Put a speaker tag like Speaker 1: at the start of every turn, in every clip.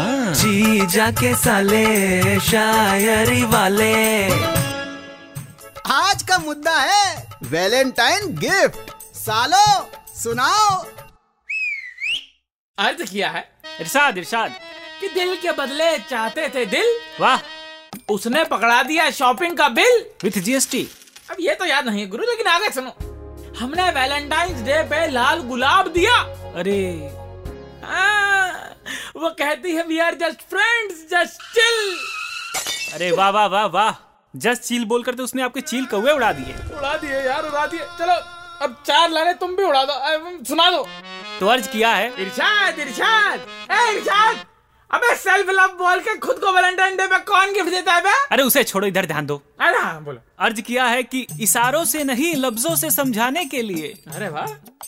Speaker 1: जी जाके साले शायरी वाले
Speaker 2: आज का मुद्दा है वैलेंटाइन गिफ्ट सालो सुनाओ
Speaker 3: अर्ज किया है
Speaker 4: इरशाद इरशाद
Speaker 3: कि दिल के बदले चाहते थे दिल
Speaker 4: वाह
Speaker 3: उसने पकड़ा दिया शॉपिंग का बिल
Speaker 4: विथ जीएसटी
Speaker 3: अब ये तो याद नहीं है गुरु लेकिन आगे सुनो हमने वैलेंटाइन डे पे लाल गुलाब दिया
Speaker 4: अरे
Speaker 3: हाँ, वो कहती है we are just friends just chill
Speaker 4: अरे वाह वाह वाह वाह जस्ट चील बोल करते उसने आपके चील कौवे उड़ा दिए
Speaker 3: उड़ा दिए यार उड़ा दिए चलो अब चार लाने तुम भी उड़ा दो अ, सुना दो
Speaker 4: तो अर्ज किया है
Speaker 3: इरशाद इरशाद ए इरशाद अबे सेल्फ लव बोल के खुद को वैलेंटाइन डे पे कौन गिफ्ट देता है बे
Speaker 4: अरे उसे छोड़ो इधर ध्यान दो
Speaker 3: अरे हाँ बोलो
Speaker 4: अर्ज किया है कि इशारों से नहीं लफ्जों से समझाने के लिए
Speaker 3: अरे वाह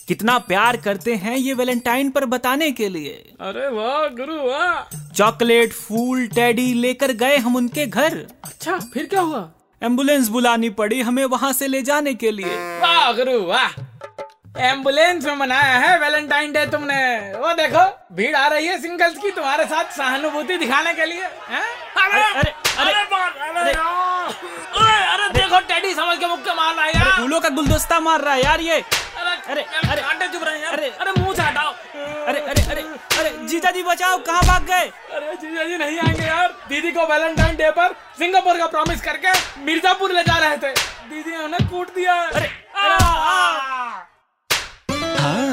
Speaker 4: कितना प्यार करते हैं ये वैलेंटाइन पर बताने के लिए
Speaker 3: अरे वाह गुरु वाह
Speaker 4: चॉकलेट फूल टेडी लेकर गए हम उनके घर
Speaker 3: अच्छा फिर क्या हुआ
Speaker 4: एम्बुलेंस बुलानी पड़ी हमें वहाँ से ले जाने के लिए
Speaker 3: वाह गुरु वाह एम्बुलेंस में मनाया है वैलेंटाइन डे तुमने वो देखो भीड़ आ रही है सिंगल्स की तुम्हारे साथ सहानुभूति दिखाने के लिए हैं? अरे
Speaker 4: अरे, अरे,
Speaker 3: बाप, अरे यार। अरे अरे देखो टेडी समझ के मुक्के मार रहा है यार
Speaker 4: फूलों का गुलदस्ता मार रहा है यार ये
Speaker 3: अरे
Speaker 4: अरे,
Speaker 3: अरे
Speaker 4: अरे,
Speaker 3: कांटे चुभ रहे हैं यार
Speaker 4: अरे,
Speaker 3: अरे मुंह से हटाओ
Speaker 4: अरे अरे अरे अरे जीजा जी बचाओ कहाँ भाग गए
Speaker 3: अरे जीजा जी नहीं आएंगे यार दीदी को वैलेंटाइन डे पर सिंगापुर का प्रॉमिस करके मिर्जापुर ले जा रहे थे दीदी ने उन्हें कूट दिया अरे